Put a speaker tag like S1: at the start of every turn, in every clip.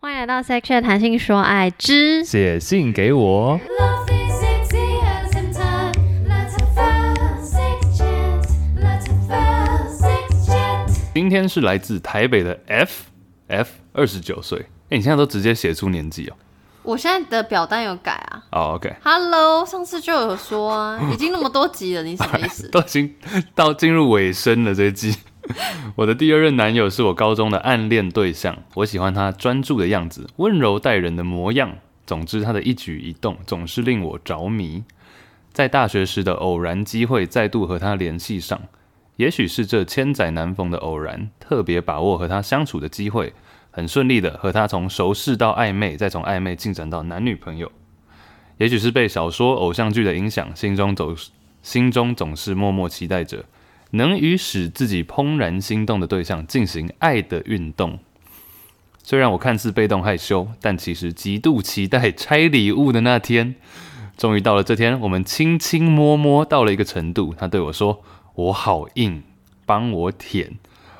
S1: 迎来到 Section 谈性说爱之
S2: 写信给我。
S3: Love is sexy as in time. Let's have a sex chat. Let's have a sex chat.
S2: 今天是来自台北的 F F，二十九岁。哎、你现在都直接写出年纪哦。
S1: 我现在的表单有改啊
S2: 哦、o k
S1: ，Hello，上次就有说
S2: 嗯
S1: 啊，已经那么多集了，你什么意思？
S2: 都已经到进入尾声了这一季。 我的第二任男友是我高中的暗恋对象，我喜欢他专注的样子，温柔待人的模样。总之，他的一举一动总是令我着迷。在大学时的偶然机会，再度和他联系上，也许是这千载难逢的偶然，特别把握和他相处的机会，很顺利的和他从熟识到暧昧，再从暧昧进展到男女朋友。也许是被小说、偶像剧的影响，心中走心中总是默默期待着能与使自己怦然心动的对象进行爱的运动。虽然我看似被动害羞，但其实极度期待拆礼物的那天。终于到了这天，我们亲亲摸摸到了一个程度，他对我说：“我好硬，帮我舔，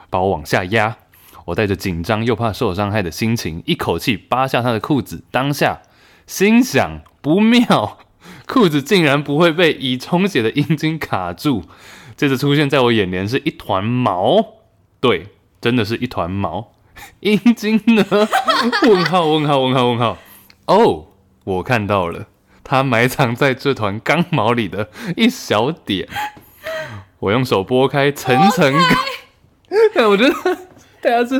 S2: 把我往下压。”我带着紧张又怕受伤害的心情，一口气扒下他的裤子，当下心想不妙，裤子竟然不会被已充血的阴茎卡住。接着出现在我眼帘是一团毛，对，真的是一团毛。阴茎呢？ 问号问号问号问号。哦，我看到了，它埋藏在这团刚毛里的一小点。我用手拨开层层， 看，我觉得大家是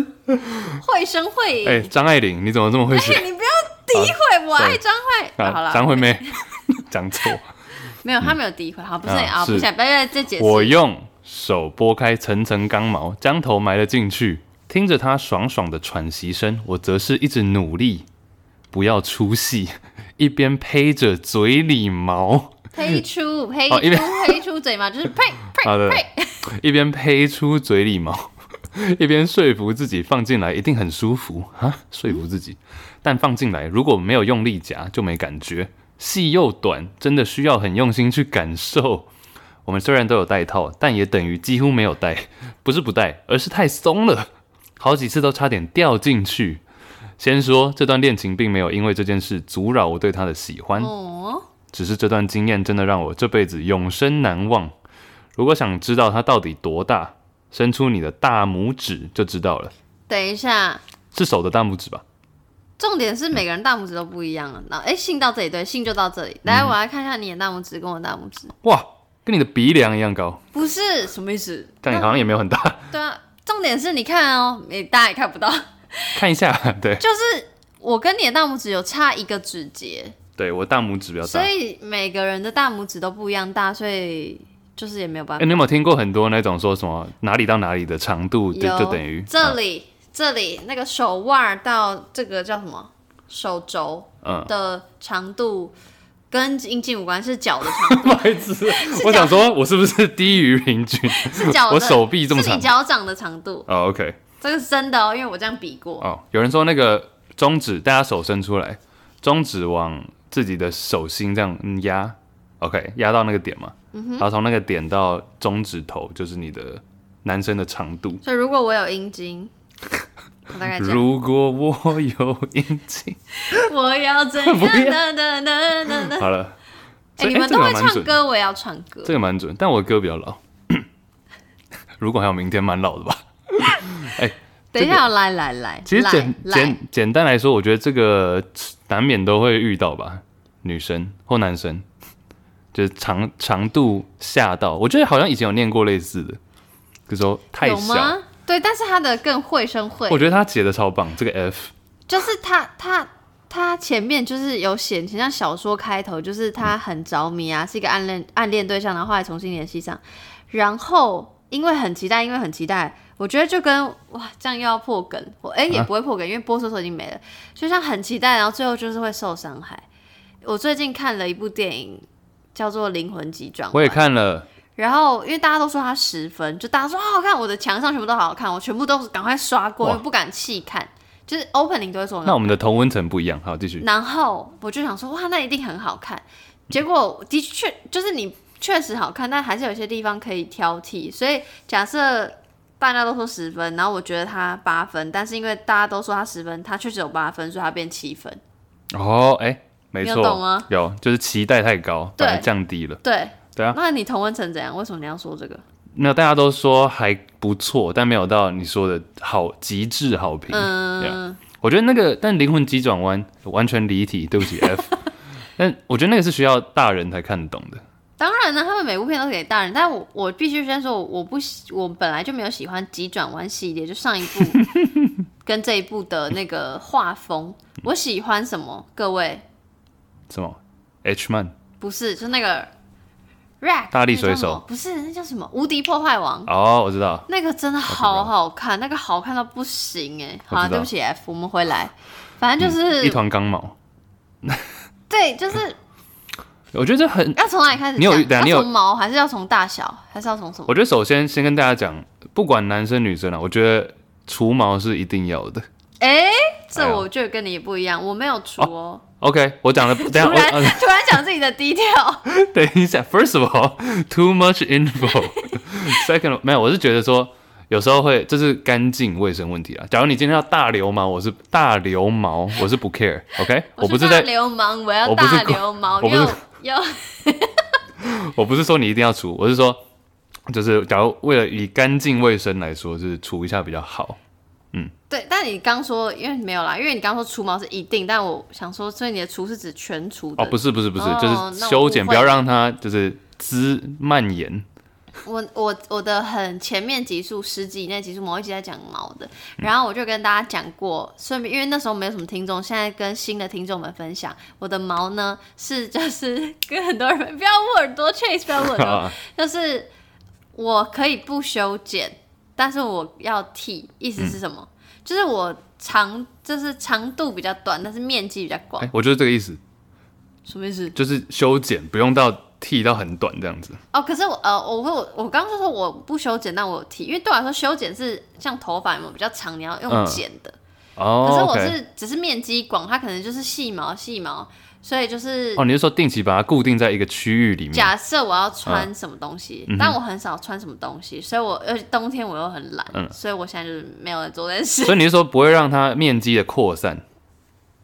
S1: 绘声绘影，
S2: 哎，张爱玲，你怎么这么会写？
S1: 哎你不要诋毁我，爱张惠，啊 好
S2: 啊，
S1: 了，
S2: 张惠妹 讲错，
S1: 没有，他没有诋毁，好，不是
S2: 嗯
S1: 啊，
S2: 是
S1: 不想，不要不要再解释，
S2: 我用手拨开层层刚毛，将头埋了进去，听着她爽爽的喘息声，我则是一直努力不要出戏， 一边呸着嘴里毛，
S1: 呸出呸
S2: 哦好因为
S1: 出 呸出嘴嘛，就是呸
S2: 好
S1: 呸
S2: 的
S1: 呸，
S2: 啊一边呸出嘴里毛， 一边说服自己放进来一定很舒服啊，说服自己。但放进来如果没有用力夹，就没感觉。细又短，真的需要很用心去感受。我们虽然都有带套，但也等于几乎没有带，不是不带，而是太松了，好几次都差点掉进去。先说这段恋情并没有因为这件事阻扰我对他的喜欢，
S1: 哦，
S2: 只是这段经验真的让我这辈子永生难忘。如果想知道它到底多大，伸出你的大拇指就知道了，
S1: 等一下。
S2: 是手的大拇指吧？
S1: 重点是每个人大拇指都不一样了。那哎，信到这里对，信就到这里。来，
S2: 嗯
S1: 我来看一下你的大拇指跟我的大拇指，
S2: 哇，跟你的鼻梁一样高，
S1: 不是什么意思？
S2: 但你好像也没有很大。
S1: 对啊，重点是你看哦，你大家也看不到，
S2: 看一下，对
S1: 就是我跟你的大拇指有差一个指节，
S2: 对，我大拇指比较大。
S1: 所
S2: 哎、
S1: 以每个人的大拇指都不一样大，所以就是也没有办法。
S2: 哎你有没有听过很多那种说什么哪里到哪里的长度就
S1: 有
S2: 就等于嗯
S1: 这里、这里那个手腕到这个叫什么手肘
S2: 嗯
S1: 的长度。跟阴茎无关，是脚的长
S2: 不好意思，我想说我是不是低于平均？
S1: 度，是脚的。
S2: 我手臂这么
S1: 是
S2: 长
S1: 你。脚掌的长度，
S2: 哦，OK、o k
S1: 这个是真的哦，因为我这样比过。
S2: 哦，有人说那个中指，大家手伸出来，中指往自己的手心这样嗯压，OK，压到那个点嘛，
S1: 嗯
S2: 然后从那个点到中指头就是你的男生的长度。
S1: 所以如果我有阴茎，我大概这样。
S2: 如果我有阴 茎，
S1: 我要怎样？
S2: 不要
S1: 噔噔噔 噔噔。
S2: 好了，
S1: 哎，
S2: 所以
S1: 你们
S2: 这
S1: 都
S2: 个
S1: 会
S2: 蛮
S1: 唱
S2: 准
S1: 歌，我也要唱歌。
S2: 这个蛮准，但我歌比较老。 如果还有明天，蛮老的吧。
S1: 等一下，来来来，
S2: 其实
S1: 来
S2: 简
S1: 来
S2: 简，简单来说，我觉得这个难免都会遇到吧，女生或男生，就是长长度吓到。我觉得好像以前有念过类似的，就说太
S1: 有
S2: 小。
S1: 吗？对，但是他的更绘声绘
S2: 我
S1: 影，
S2: 觉得他写的超棒，这个 F
S1: 就是他他。他前面就是有写，很像小说开头，就是他很着迷啊，是一个暗恋暗恋对象，然后后来重新联系上，然后因为很期待，因为很期待，我觉得就跟哇，这样又要破梗，我哎、
S2: 啊
S1: 也不会破梗，因为播出的时候已经没了，就像很期待，然后最后就是会受伤害。我最近看了一部电影，叫做《灵魂急转弯》，
S2: 我也看了，
S1: 然后因为大家都说它十分，就大家说好好看，我的墙上全部都好好看，我全部都是赶快刷过，
S2: 哇
S1: 又不敢细看，就是 opening 都会说很
S2: 那
S1: 好
S2: 我们的同温层不一样，好继续。
S1: 然后我就想说，哇，那一定很好看。结果的确就是你确实好看，但还是有些地方可以挑剔。所以假设大家都说十分，然后我觉得他八分，但是因为大家都说他十分，他确实有八分，所以他变七分。
S2: 哦，哎、没
S1: 你有懂
S2: 错
S1: 吗，
S2: 有就是期待太高，
S1: 对
S2: 反而降低了。
S1: 对，
S2: 对啊，
S1: 那你同温层怎样？为什么你要说这个？
S2: 没有大家都说还不错，但没有到你说的好极致好评。
S1: 嗯，
S2: 我觉得那个，但灵魂急转弯完全离题，对 不起 F。但我觉得那个是需要大人才看得懂的。
S1: 当然呢，他们每部片都给大人，但我我必须先说，我我不喜，我本来就没有喜欢急转弯系列，就上一部 跟这一部的那个画风，我喜欢什么？各位
S2: 什么 H man
S1: 不是，就那个 Rack
S2: 大力
S1: 那叫
S2: 水
S1: 什么
S2: 手
S1: 不是，那叫什么？无敌破坏王。
S2: 哦，我知道。
S1: 那个真的好好看，那个好看到不行哎、
S2: 我知
S1: 好、
S2: 道嗯
S1: 对不起 F，我们回来，反正就是、
S2: 一团刚毛，
S1: 对，就是
S2: 我觉得这很，
S1: 要从哪里开始讲？
S2: 你有等下你有
S1: 要从毛还是要从大小，还是要从什么
S2: 我？觉得首先先跟大家讲，不管男生女生啊，我觉得除毛是一定要的。
S1: 哎、
S2: 哎
S1: 这
S2: 呦
S1: 我就跟你不一样，我没有除哦。
S2: OK，我讲的，等一下
S1: 突
S2: 我、
S1: 然、
S2: 呃
S1: 突然讲自己的低调，
S2: 等一下，First of all，too much info 。Second，没有，我是觉得说有时候会这是干净卫生问题啊。假如你今天要大流毛，我是大流毛，我是不 care。OK，我 不
S1: 是
S2: 是
S1: 大
S2: 在
S1: 流氓，我要
S2: 我不是
S1: 大流氓，
S2: 我不是
S1: 要要
S2: 我不是说你一定要除，我是说，就是假如为了以干净卫生来说，就是除一下比较好。
S1: 对。但你刚说，因为没有啦，因为你刚说除毛是一定，但我想说，所以你的除是指全除的
S2: 哦，不是不是不是，
S1: 哦
S2: 就是
S1: 那我
S2: 修剪，
S1: 误
S2: 不
S1: 会
S2: 要
S1: 了
S2: 让它就是滋蔓延。
S1: 我我我的很前面集数十集以内集数某一集在讲毛的，然后我就跟大家讲过，顺便因为那时候没有什么听众，现在跟新的听众们分享，我的毛呢是就是 跟很多人不要捂耳朵，Chase 不要捂 耳朵，就是我可以不修剪，但是我要剃，意思是什么？就是我长就是长度比较短，但是面积比较广
S2: 哎、，我就是这个意思，
S1: 什么意思？
S2: 就是修剪不用到剃到很短这样子。
S1: 哦，可是我呃，我会我我刚刚就说我不修剪，但我有剃，因为对我来说修剪是像头发有没有比较长，你要用
S2: 嗯
S1: 剪的。可是
S2: 哦
S1: 我是、
S2: ，OK。
S1: 只是面积广，它可能就是细毛细毛，所以就是、
S2: 哦，你是说定期把它固定在一个区域里面？
S1: 假设我要穿什么东西，
S2: 嗯哼
S1: 但我很少穿什么东西，所以我而且冬天我又很懒，
S2: 嗯
S1: 所以我现在就是没有在做这件事。
S2: 所以你是说不会让它面积的扩散？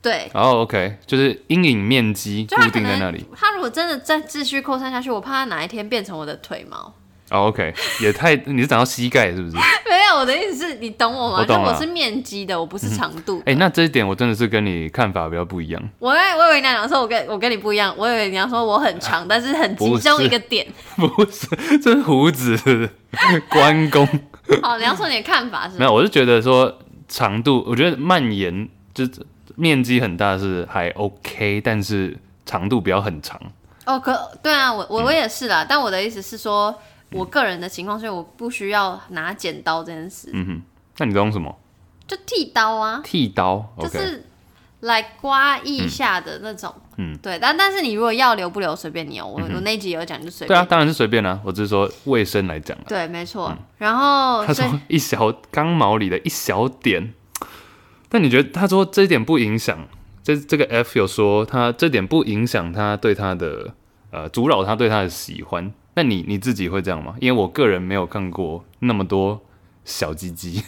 S1: 对，
S2: 哦，OK，就是阴影面积
S1: 就
S2: 固
S1: 它可
S2: 定在
S1: 能
S2: 那里。
S1: 它如果真的再继续扩散下去，我怕它哪一天变成我的腿毛。
S2: 哦，OK，也太你是长到膝盖是不是？
S1: 没有，我的意思是你懂我吗？
S2: 我懂
S1: 就我
S2: 了
S1: 是面积的，我不是长度的。
S2: 哎、那这一点我真的是跟你看法比较不一样。
S1: 我刚才我以为你要讲说，我跟我跟你不一样，我以为你要说我很
S2: 啊
S1: 长，但是很集中一个点。
S2: 不是，这是胡子 关公。
S1: 好，哦你要说你的看法是
S2: 没
S1: 吗？
S2: 有，我是觉得说长度，我觉得蔓延就是面积很大是还 OK，但是长度不要很长。
S1: 哦，可对啊，我我
S2: 嗯
S1: 我也是啦，但我的意思是说，我个人的情况，所以我不需要拿剪刀这件事，
S2: 嗯哼，那你都用什么？
S1: 就剃刀啊，
S2: 剃刀
S1: 就
S2: ？OK，、
S1: 是来刮一下的那种。
S2: 嗯
S1: 对，但但是你如果要留不留，随便你哦。我、我那一集有讲，就随
S2: 对
S1: 便。
S2: 啊，当然是随便啦、我只是说卫生来讲啦。
S1: 对没错。然后
S2: 他
S1: 所以
S2: 说一小刚毛里的一小点，但你觉得他说这一点不影响？这这个 F 有说他这点不影响他对他的呃阻扰他对他的喜欢。那你你自己会这样吗？因为我个人没有看过那么多小鸡鸡。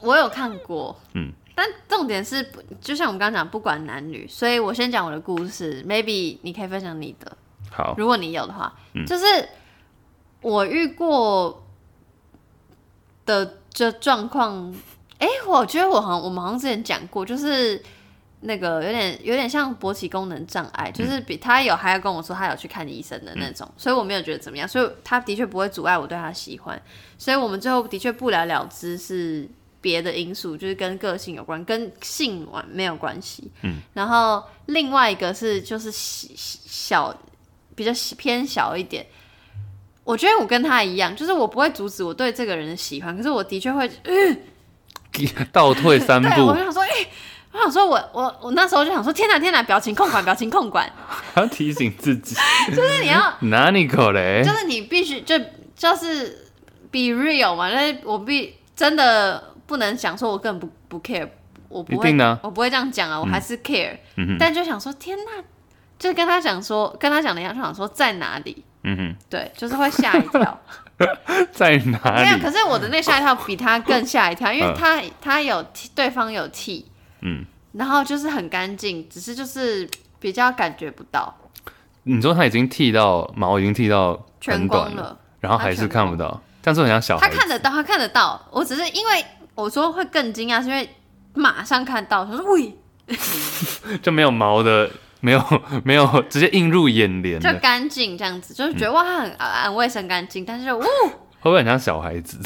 S1: 我有看过，
S2: 嗯，
S1: 但重点是不，就像我们刚刚讲，不管男女，所以我先讲我的故事，maybe 你可以分享你的，
S2: 好，
S1: 如果你有的话，就是我遇过的这状况，哎、我觉得我好像我们好像之前讲过，就是。那个有点有点像勃起功能障碍，就是比他有还要跟我说他有去看医生的那种，所以我没有觉得怎么样，所以他的确不会阻碍我对他的喜欢，所以我们最后的确不了了之是别的因素，就是跟个性有关，跟性完没有关系。嗯，然后另外一个是就是小小比较偏小一点。我觉得我跟他一样，就是我不会阻止我对这个人的喜欢，可是我的确会，呃
S2: 倒退三
S1: 对我
S2: 步
S1: 就，想说，哎、我想说我我我那时候就想说，天哪天哪，表情控管，表情控 管，
S2: 还要提醒自己，
S1: 就是你要，
S2: 哪里可嘞
S1: 就？是你必须就就是 be real 嘛，就是我必真的不能想说我根本不不 care，我不
S2: 一
S1: 会
S2: 定呢，
S1: 我不会这样讲啊，我还是 care，、
S2: 嗯哼，
S1: 但就想说天哪，就跟他讲说，跟他讲的一样，就想说在哪里，
S2: 嗯哼，
S1: 对，就是会吓一跳。
S2: 在哪
S1: 没有，
S2: 里
S1: 可？是我的那个吓一跳比他更吓一跳，因为
S2: 嗯
S1: 他他有剃对方有剃，
S2: 嗯，
S1: 然后就是很干净，只是就是比较感觉不到
S2: 你说他已经剃到毛已经剃到
S1: 全
S2: 很
S1: 光
S2: 短哦
S1: 了，。
S2: 然后
S1: 他
S2: 还是
S1: 全
S2: 看不到，这样子很像小
S1: 他
S2: 孩子。
S1: 看得到，他看得到，我只是因为我说会更惊讶，是因为马上看到，他说喂，
S2: 就没有毛的，没有 没有，直接映入眼帘
S1: 就
S2: 的，嗯
S1: 干净这样子，就是觉得哇，他很啊很卫生干净，但是就呜，
S2: 会不会很像小孩子？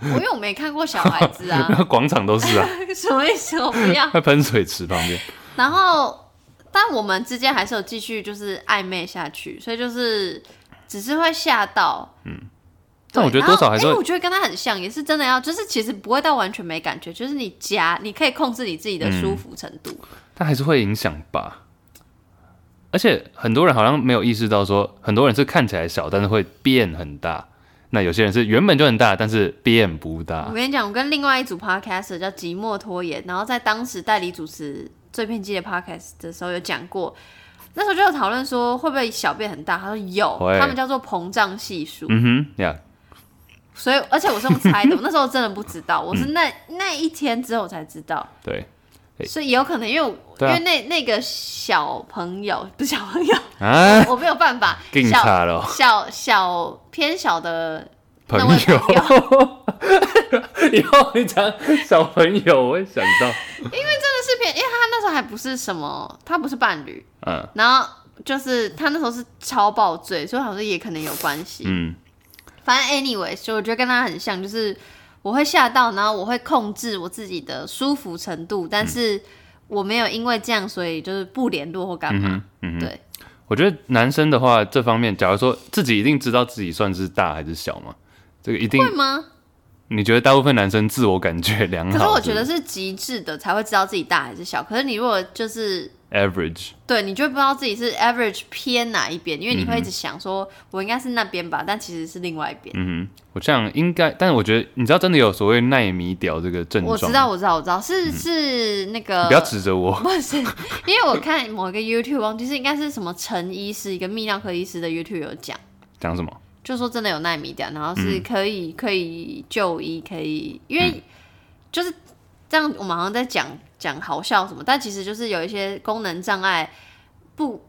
S1: 我因为我没看过小孩子啊
S2: 然，后广场都是啊，
S1: 什么意思？我不要。
S2: 在喷水池旁边，
S1: 然后，但我们之间还是有继续就是暧昧下去，所以就是只是会吓到，嗯。
S2: 但我觉得多少还是会
S1: 我觉得跟他很像，也是真的要，就是其实不会到完全没感觉，就是你夹，你可以控制你自己的舒服程度。
S2: 它还是会影响吧。而且很多人好像没有意识到说很多人是看起来小，但是会变很大。那有些人是原本就很大，但是变不
S1: 我
S2: 大。
S1: 跟你讲，我跟另外一组 podcast 叫《寂寞拖延》，然后在当时代理主持最片季的 podcast 的时候有讲过，那时候就有讨论说会不会小便很大，他说有
S2: 会，
S1: 他们叫做膨胀系数。
S2: 嗯哼呀，
S1: 所以，而且我是用猜 的，我那时候真的不知道，我是
S2: 嗯
S1: 那、那一天之后才知道，
S2: 对对
S1: 所以也有可能因为我、
S2: 对啊
S1: 因为那那个小朋友 不是小朋 友，
S2: 啊，
S1: 我没有办法，
S2: 更
S1: 小
S2: 差了，
S1: 小小偏小的
S2: 朋
S1: 那位
S2: 友
S1: 朋。
S2: 以后你讲小朋友，我会想到，
S1: 那是偏，因为他那时候还不是什么，他不是伴侣，
S2: 嗯
S1: 然后就是他那时候是超爆醉，所以我想说也可能有关系，
S2: 嗯，
S1: 反正 anyway，所以我觉得跟他很像，就是我会吓到，然后我会控制我自己的舒服程度，
S2: 嗯
S1: 但是我没有因为这样，所以就是不联络或干
S2: 嗯
S1: 嘛
S2: 哼。嗯哼
S1: 对，
S2: 我觉得男生的话，这方面，假如说自己一定知道自己算是大还是小嘛，这个一定
S1: 会，吗？
S2: 你觉得大部分男生自我感觉良嗯好？
S1: 可是我觉
S2: 不
S1: 得是极致的才会知道自己大还是小。可是你如果就是。
S2: average，
S1: 对，你就不知道自己是 average 偏哪一边，因为你会一直想说，我应该是那边吧，但其实是另外一边。
S2: 嗯哼，我这样应该，但我觉得你知道，真的有所谓耐米屌这个症状，
S1: 我知道，我知道，我知道，是是那个
S2: 嗯你不要指着我，
S1: 不是，因为我看某一个 YouTube 忘记是应该是什么陈医师，一个泌尿科医师的 YouTube 有讲，
S2: 讲什么？
S1: 就说真的有纳米掉，然后是
S2: 嗯
S1: 可以、可以就医，可以，因为就是这样，我们好像在讲讲好笑什么，但其实就是有一些功能障碍，不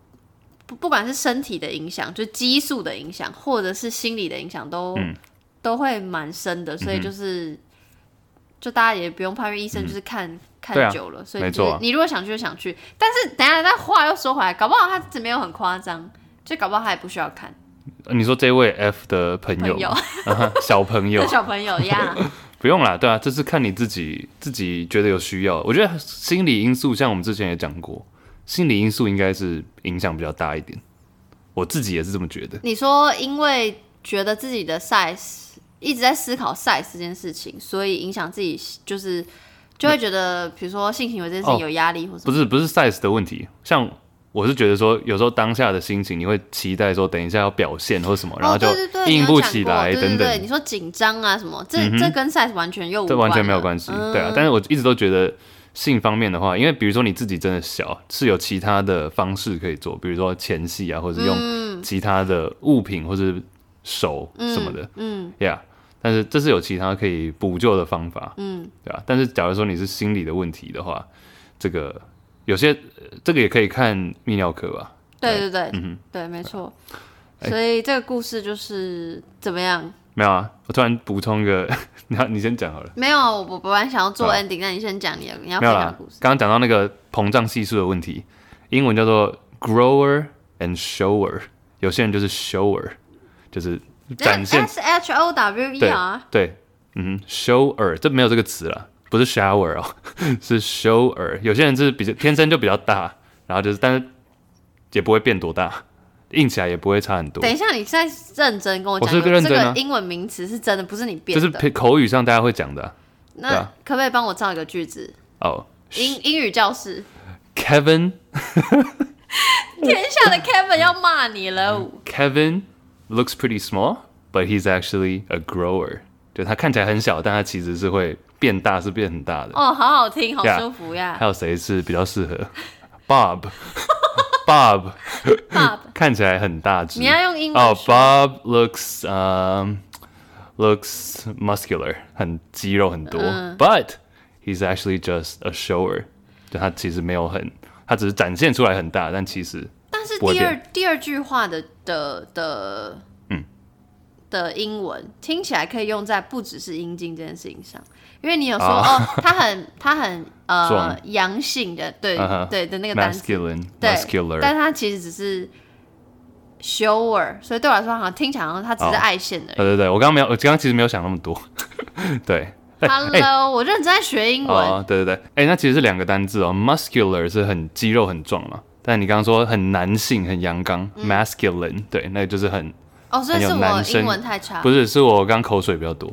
S1: 不不管是身体的影响，就激素的影响，或者是心理的影响，都、
S2: 嗯
S1: 都会蛮深的，所以就是。就大家也不用怕，因为医生就是看、
S2: 对啊
S1: 看久了，所以、
S2: 没
S1: 就是
S2: 错啊
S1: 你如果想去就想去，但是等一下那话又说回来，搞不好他只没有很夸张，就搞不好他也不需要看
S2: 呃你说这位 F 的朋友
S1: 朋友。
S2: 啊哈小朋友
S1: 的，小朋友呀，
S2: 不用啦，对啊，这是看你自己自己觉得有需要。我觉得心理因素，像我们之前也讲过，心理因素应该是影响比较大一点。我自己也是这么觉得。
S1: 你说因为觉得自己的 size 一直在思考 size 这件事情，所以影响自己就是就会觉得，比如说性行为这件事情
S2: 哦
S1: 有压力，或者
S2: 不是不是 size 的问题，像我是觉得说，有时候当下的心情，你会期待说等一下要表现或什么，然后就
S1: 哦、对对对
S2: 硬不起来
S1: 你有讲过
S2: 等
S1: 对对对，
S2: 等，
S1: 你说紧张啊什么，这、
S2: 嗯哼
S1: 这跟 size 完全又无
S2: 这
S1: 关啊
S2: 完全
S1: 了
S2: 没有关系，
S1: 嗯
S2: 对啊。但是我一直都觉得性方面的话，因为比如说你自己真的小，是有其他的方式可以做，比如说前戏啊，或者是用其他的物品或者手什么的，
S1: 嗯嗯，
S2: 呀、但是这是有其他可以补救的方法，嗯，对吧、但是假如说你是心理的问题的话，这个有些呃这个也可以看泌尿科吧。
S1: 对嗯对对，
S2: 哼
S1: 对，没错。
S2: 哎
S1: 所以这个故事就是怎么样？
S2: 没有啊，我突然补充一个， 那你先讲好了。
S1: 没有，我我本来想要做
S2: 好
S1: ending，那你先讲你的，你要
S2: 没
S1: 分
S2: 有
S1: 享
S2: 啦
S1: 的故事，。
S2: 刚刚讲到那个膨胀系数的问题，英文叫做 grower and shower，有些人就是 shower，就是展现
S1: S H O W E
S2: 对
S1: R，
S2: 对，嗯，shower 这没有这个词了，不是 shower 哦， 是 shower。有些人就是比较天生就比较大，然后就是但是也不会变多大，硬起来也不会差很多
S1: 等。一下，你现在认真跟我
S2: 我
S1: 讲，
S2: 是个认真啊
S1: 这个英文名词是真的，不是你
S2: 就
S1: 编
S2: 是
S1: 的。
S2: 口语上大家会讲的啊
S1: 那
S2: 对啊
S1: 可不可以帮我造一个句子？
S2: 哦。
S1: 英英语教室，
S2: Kevin
S1: 天下的 Kevin 要骂你了。
S2: 嗯 Kevin looks pretty small, but he's actually a grower. 就他看起来很小，但他其实是会变大，是变很大的。
S1: 哦，好好听，好
S2: Yeah
S1: 舒服呀
S2: 还。有谁是比较适合？Bob，Bob
S1: Bob，
S2: 看起来很大只。
S1: 你要用英文
S2: 哦、
S1: 说
S2: b o b looks um looks muscular，很肌肉很多、b u t he's actually just a shower，就他其实没有很，他只是展现出来很大，但其实
S1: 但是
S2: 不会
S1: 第二
S2: 变
S1: 第二句话的的的，
S2: 嗯，
S1: 的英文听起来可以用在不只是阴茎这件事情上，因为你有说、
S2: 啊
S1: 哦，他很他很呃
S2: 壮
S1: 阳性的，对、
S2: 啊哈
S1: 对的那个单词，
S2: masculine
S1: 对
S2: muscular，
S1: 但他其实只是 shower，所以对我来说好像听起来好像他只是
S2: 哦
S1: 爱线的。
S2: 对对对，我刚刚没有，我刚刚其实没有想那么多， 对。
S1: Hello，我认真在学英文，
S2: 哎哦，对对对，哎、那其实是两个单字哦，muscular 是很肌肉很壮嘛，但你刚刚说很男性很阳刚、m
S1: 嗯
S2: a s c u l i n e 对，那个就是很
S1: 哦，所以
S2: 哎很有
S1: 是我
S2: 男生
S1: 英文太差
S2: 不。是，是我刚口水比较多。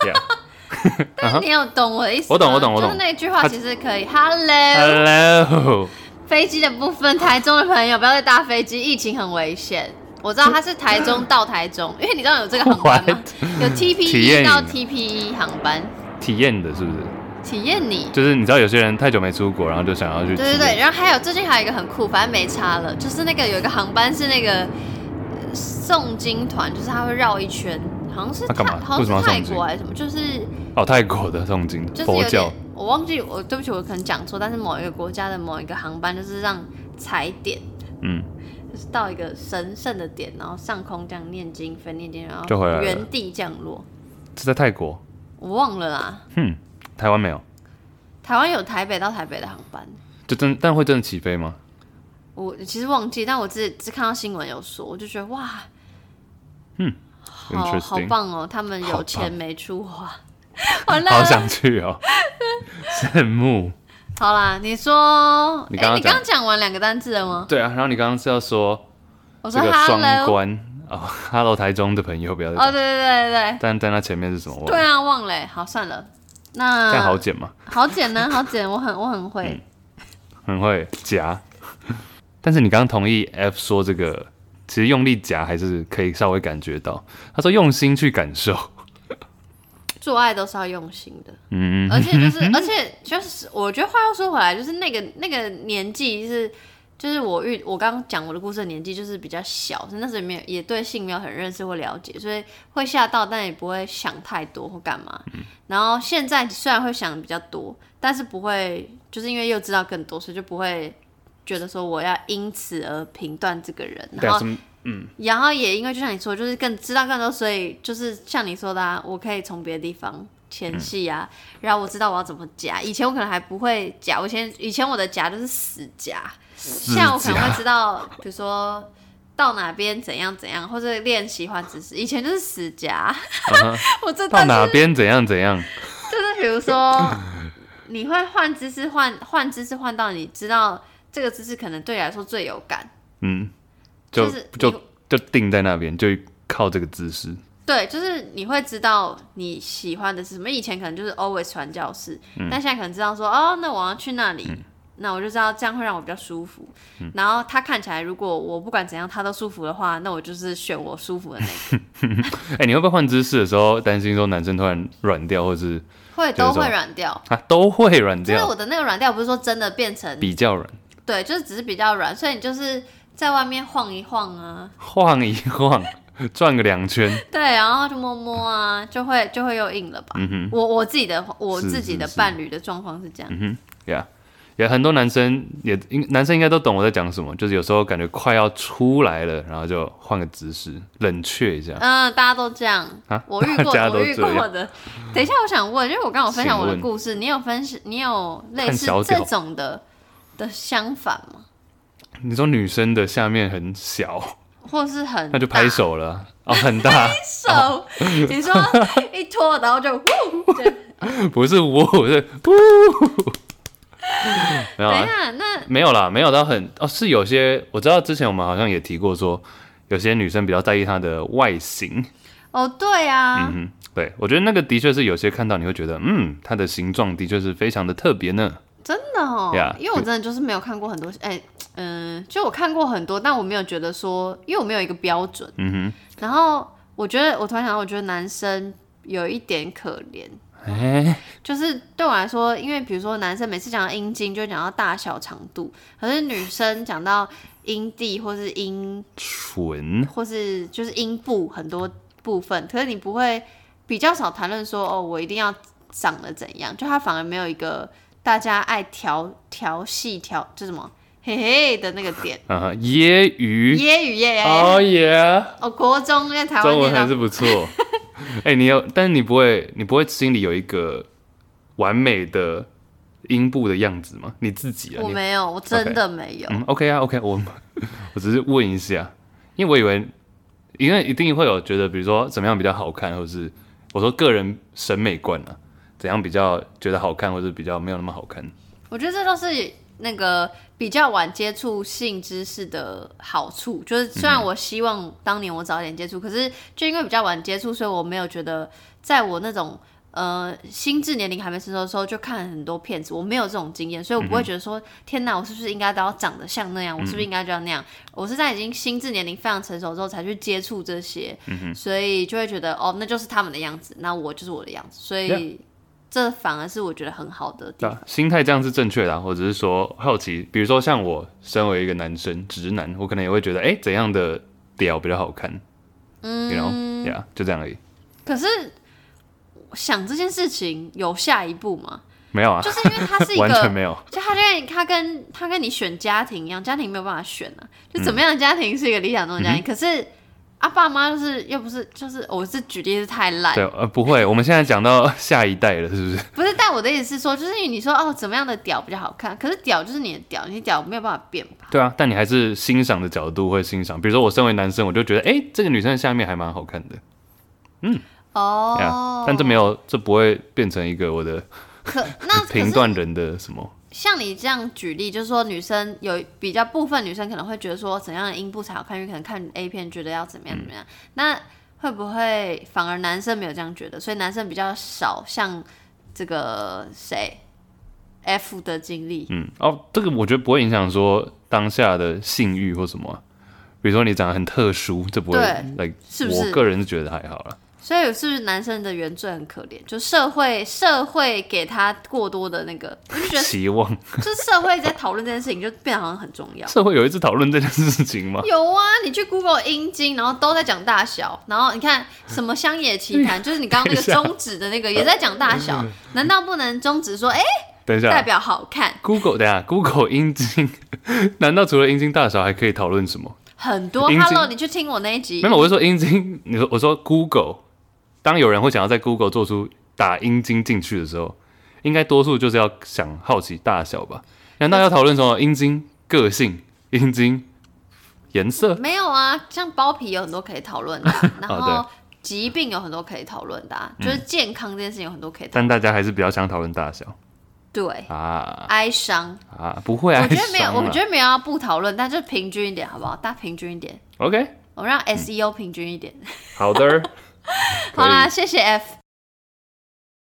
S2: yeah.
S1: 但你有懂我的意思吗？
S2: 啊我懂我懂我懂
S1: 就是那句话
S2: 他哎
S1: 其实可以。Hello，
S2: Hello，
S1: 飞机的部分，台中的朋友不要再搭飞机，疫情很危险。我知道他是台中到台中，因为你知道有这个航班 吗？有
S2: 体
S1: TPE
S2: 验营
S1: 到 TPE 航班，
S2: 体验的是不是？
S1: 体验你。
S2: 就是你知道有些人太久没出国，然后就想要去体
S1: 对对
S2: 验。
S1: 对，然后还有最近还有一个很酷，反正没差了，就是那个有一个航班是那个呃诵经团，就是他会绕一圈，好像是
S2: 那干嘛
S1: 泰好
S2: 为什么
S1: 像
S2: 要
S1: 是泰
S2: 诵经
S1: 国还是什么，就是
S2: 哦，泰国的诵经，
S1: 就是有
S2: 佛教
S1: 点，我忘记我对不起，我可能讲错，但是某一个国家的某一个航班就是让踩点，
S2: 嗯，
S1: 就是到一个神圣的点，然后上空这样念经，分念经，然后
S2: 就回来了
S1: 原地降落。
S2: 是在泰国，
S1: 我忘了啦，
S2: 哼，台湾没有，
S1: 台湾有台北到台北的航班，
S2: 就真但会真的起飞吗？
S1: 我其实忘记，但我只只看到新闻有说，我就觉得哇，嗯，好好
S2: Interesting
S1: 棒啊哦，他们
S2: 好
S1: 有
S2: 棒
S1: 钱没处花， 完了，
S2: 好想去哦， 羡慕。
S1: 好啦，你说，
S2: 你
S1: 诶
S2: 刚刚
S1: 你刚刚讲完两个单字了吗？
S2: 对啊，然后你刚刚是要说
S1: 我
S2: 这
S1: 说
S2: 个双
S1: hello，
S2: 关哦，Hello 台中的朋友不要再
S1: 哦，对
S2: 讲。
S1: 对对对对。
S2: 但但它前面是什么？我忘了
S1: 对啊，忘了欸，好算了，
S2: 这
S1: 那
S2: 样好剪吗？
S1: 好简呢，好简，我很我很会，
S2: 很会夹。 但是你刚刚同意 F 说这个，其实用力夹还是可以稍微感觉到。他说用心去感受，
S1: 哦做爱都是要用心的，
S2: 嗯，
S1: 而且就是而且就是，我觉得话又说回来，就是那个那个年纪是。就是我遇我刚刚讲我的故事的年纪就是比较小，那时候也没有也对性没有很认识或了解，所以会吓到，但也不会想太多或干嘛。
S2: 嗯
S1: 然后现在虽然会想比较多，但是不会就是因为又知道更多，所以就不会觉得说我要因此而评断这个人，
S2: 对
S1: 然
S2: 啊，
S1: 后
S2: 什么
S1: 然后也因为就像你说，就是更知道更多，所以就是像你说的、啊，我可以从别的地方前戏啊，然后我知道我要怎么夹。以前我可能还不会夹，我以前以前我的夹就是死夹，
S2: 指
S1: 现在我可能会
S2: 甲
S1: 知道，比如说到哪边怎样怎样，或者练习换姿势。以前就是死夹， 我这
S2: 嗯到
S1: 段
S2: 哪
S1: 就是
S2: 边怎样怎样，
S1: 就是比如说你会换姿势，换换姿势，换到你知道这个姿势可能对你来说最有感，
S2: 嗯，就
S1: 就是你
S2: 就就定在那边，就靠这个姿势。
S1: 对，就是你会知道你喜欢的是什么。以前可能就是 always 传教士，
S2: 嗯
S1: 但现在可能知道说，哦，那我要去那里，那我就知道这样会让我比较舒服。
S2: 嗯
S1: 然后他看起来，如果我不管怎样他都舒服的话，那我就是选我舒服的那 个，
S2: 哎、你会不会换姿势的时候担心说男生突然软掉，或者是
S1: 会
S2: 就是
S1: 都
S2: 说
S1: 会软掉。
S2: 啊都会软
S1: 就是
S2: 掉，
S1: 我的那个软掉，不是说真的变成
S2: 比较软，
S1: 对，就是只是比较软，所以你就是在外面晃一晃啊，
S2: 晃一晃，转个两圈，
S1: 对，然后就摸摸啊，就会就会又硬了吧。
S2: 嗯哼。
S1: 我我自己的我
S2: 是
S1: 自己
S2: 是
S1: 的
S2: 是
S1: 伴侣的状况是这样，
S2: 嗯哼，Yeah，也很多男生也应男生应该都懂我在讲什么，就是有时候感觉快要出来了，然后就换个姿势冷却一下。
S1: 嗯，大家都这样。
S2: 啊
S1: 我遇
S2: 大
S1: 过
S2: 家
S1: 的，
S2: 都
S1: 我遇
S2: 这样
S1: 过的。等一下，我想问，因为我刚好分享我的
S2: 请问
S1: 故事，你有分享，你有类
S2: 看
S1: 似
S2: 小
S1: 这
S2: 屌
S1: 种的的相反吗？
S2: 你说女生的下面很小，
S1: 或是很
S2: 那就拍
S1: 大
S2: 手了哦，很大，
S1: 手，你说一拖，然后就呼。这样
S2: 不是我，我是呜，没有
S1: 等
S2: 啊
S1: 一，下，那
S2: 没有啦，没有到很哦，是有些我知道之前我们好像也提过说，有些女生比较在意她的外形，
S1: 哦对啊，
S2: 嗯哼，对我觉得那个的确是有些看到你会觉得，嗯，她的形状的确是非常的特别呢。
S1: 真的哦
S2: Yeah，
S1: 因为我真的就是没有看过很多，哎、嗯、就我看过很多，但我没有觉得说，因为我没有一个标准。
S2: 嗯
S1: 然后我觉得，我突然想到，我觉得男生有一点可怜。
S2: 哼，哎、
S1: 就是对我来说，因为比如说男生每次讲到阴茎就会讲到大小长度，可是女生讲到阴蒂或是阴
S2: 唇
S1: 或是就是阴部很多部分，可是你不会比较少谈论说哦，我一定要长得怎样，就他反而没有一个大家爱调调戏调，就什么嘿嘿的那个点。
S2: 嗯哼，业余，
S1: 耶与耶，
S2: 哦耶，
S1: 哦，国中在台湾
S2: 中文
S1: 念
S2: 还是
S1: 到，
S2: 不错。 哎、你有，但是你不会，你不会心里有一个完美的音部的样子吗？你自己啊，
S1: 我
S2: 你
S1: 没有，我真的没有。
S2: 嗯，OK 啊，OK，我我只是问一下，因为我以为，因为一定会有觉得，比如说怎么样比较好看，或是我说个人审美观啊，怎样比较觉得好看，或者比较没有那么好看。
S1: 我觉得这都是那个比较晚接触性知识的好处，就是虽然我希望当年我早一点接触，可是就因为比较晚接触，所以我没有觉得在我那种。呃，心智年龄还没成熟的时候，就看很多片子，我没有这种经验，所以我不会觉得说，天哪，我是不是应该都要长得像
S2: 嗯
S1: 那样？我是不是应该就要那样？我是在已经心智年龄非常成熟之后才去接触这些，
S2: 嗯
S1: 所以就会觉得，哦，那就是他们的样子，那我就是我的样子，所以
S2: Yeah
S1: 这反而是我觉得很好的地
S2: 对
S1: 方
S2: 啊。，心态这样是正确的、啊。我只是说好奇，比如说像我身为一个男生直男，我可能也会觉得，哎、怎样的屌比较好看？嗯，然后呀，就这样而已，
S1: 可是想这件事情有下一步 吗？
S2: 没有啊，
S1: 就是因为它是一
S2: 完全
S1: 个，
S2: 没有。
S1: 就它跟它跟它跟你选家庭一样，家庭没有办法选啊。就怎么样的家庭是一个理想中的
S2: 嗯
S1: 家庭，可是啊，爸妈就是又不是就是哦我这举例是太烂
S2: 对，，呃，不会，我们现在讲到下一代了，是不是？
S1: 不是。但我的意思是说，就是你说哦，怎么样的屌比较好看？可是屌就是你的屌，你的屌没有办法变吧？
S2: 对啊，但你还是欣赏的角度会欣赏。比如说，我身为男生，我就觉得，哎、这个女生的下面还蛮好看的，
S1: 哦、
S2: 呀、但这没有，这不会变成一个我的
S1: 可那啊可
S2: 评
S1: 是
S2: 断人的什么。
S1: 像你这样举例，就是说女生有比较部分女生可能会觉得说怎样的阴部才好看，因为可能看 A 片觉得要怎么样怎么样，那会不会反而男生没有这样觉得？所以男生比较少像这个谁 F 的经历，
S2: 嗯，哦，这个我觉得不会影响说当下的性欲或什么啊、比如说你长得很特殊，这不会
S1: 对
S2: ，like
S1: 是不是
S2: 我个人是觉得还好啦。
S1: 所以是不是男生的原罪很可怜？就社会社会给他过多的那个，我就觉得
S2: 期望
S1: 就是社会在讨论这件事情，就变得好像很重要。
S2: 社会有一次讨论这件事情吗？
S1: 有啊，你去 Google 阴茎，然后都在讲大小，然后你看什么乡野奇谈，就是你刚刚那个
S2: 嗯 等一下
S1: 中指的那个也在讲大小，难道不能中指说哎、
S2: 等一下
S1: 代
S2: 啊
S1: 表好看？
S2: ，Google 等一下 Google 阴茎， 难道除了阴茎大小还可以讨论什么？
S1: 很多
S2: 阴茎
S1: Hello，你去听我那一集
S2: 没，有，我是说阴茎。你说我说 Google，当有人会想要在 Google 做出打阴茎进去的时候，应该多数就是要想好奇大小吧？难道要讨论什么阴茎个性、阴茎颜色？
S1: 没有啊？像包皮有很多可以讨论的 啊、然后
S2: 对嗯
S1: 疾病有很多可以讨论的、啊，就是健康这件事情有很多可以讨
S2: 但大家还是比较想讨论大小
S1: 对。
S2: 啊
S1: 哀伤，
S2: 啊！不会啊，
S1: 我觉得没有，
S2: 还爽啊
S1: 我觉得没有要不讨论，但就平均一点好不好？大家平均一点，
S2: OK，
S1: 我们让 SEO E 平均一点。
S2: 好的，可
S1: 好啦，
S2: 以，
S1: 谢谢 F，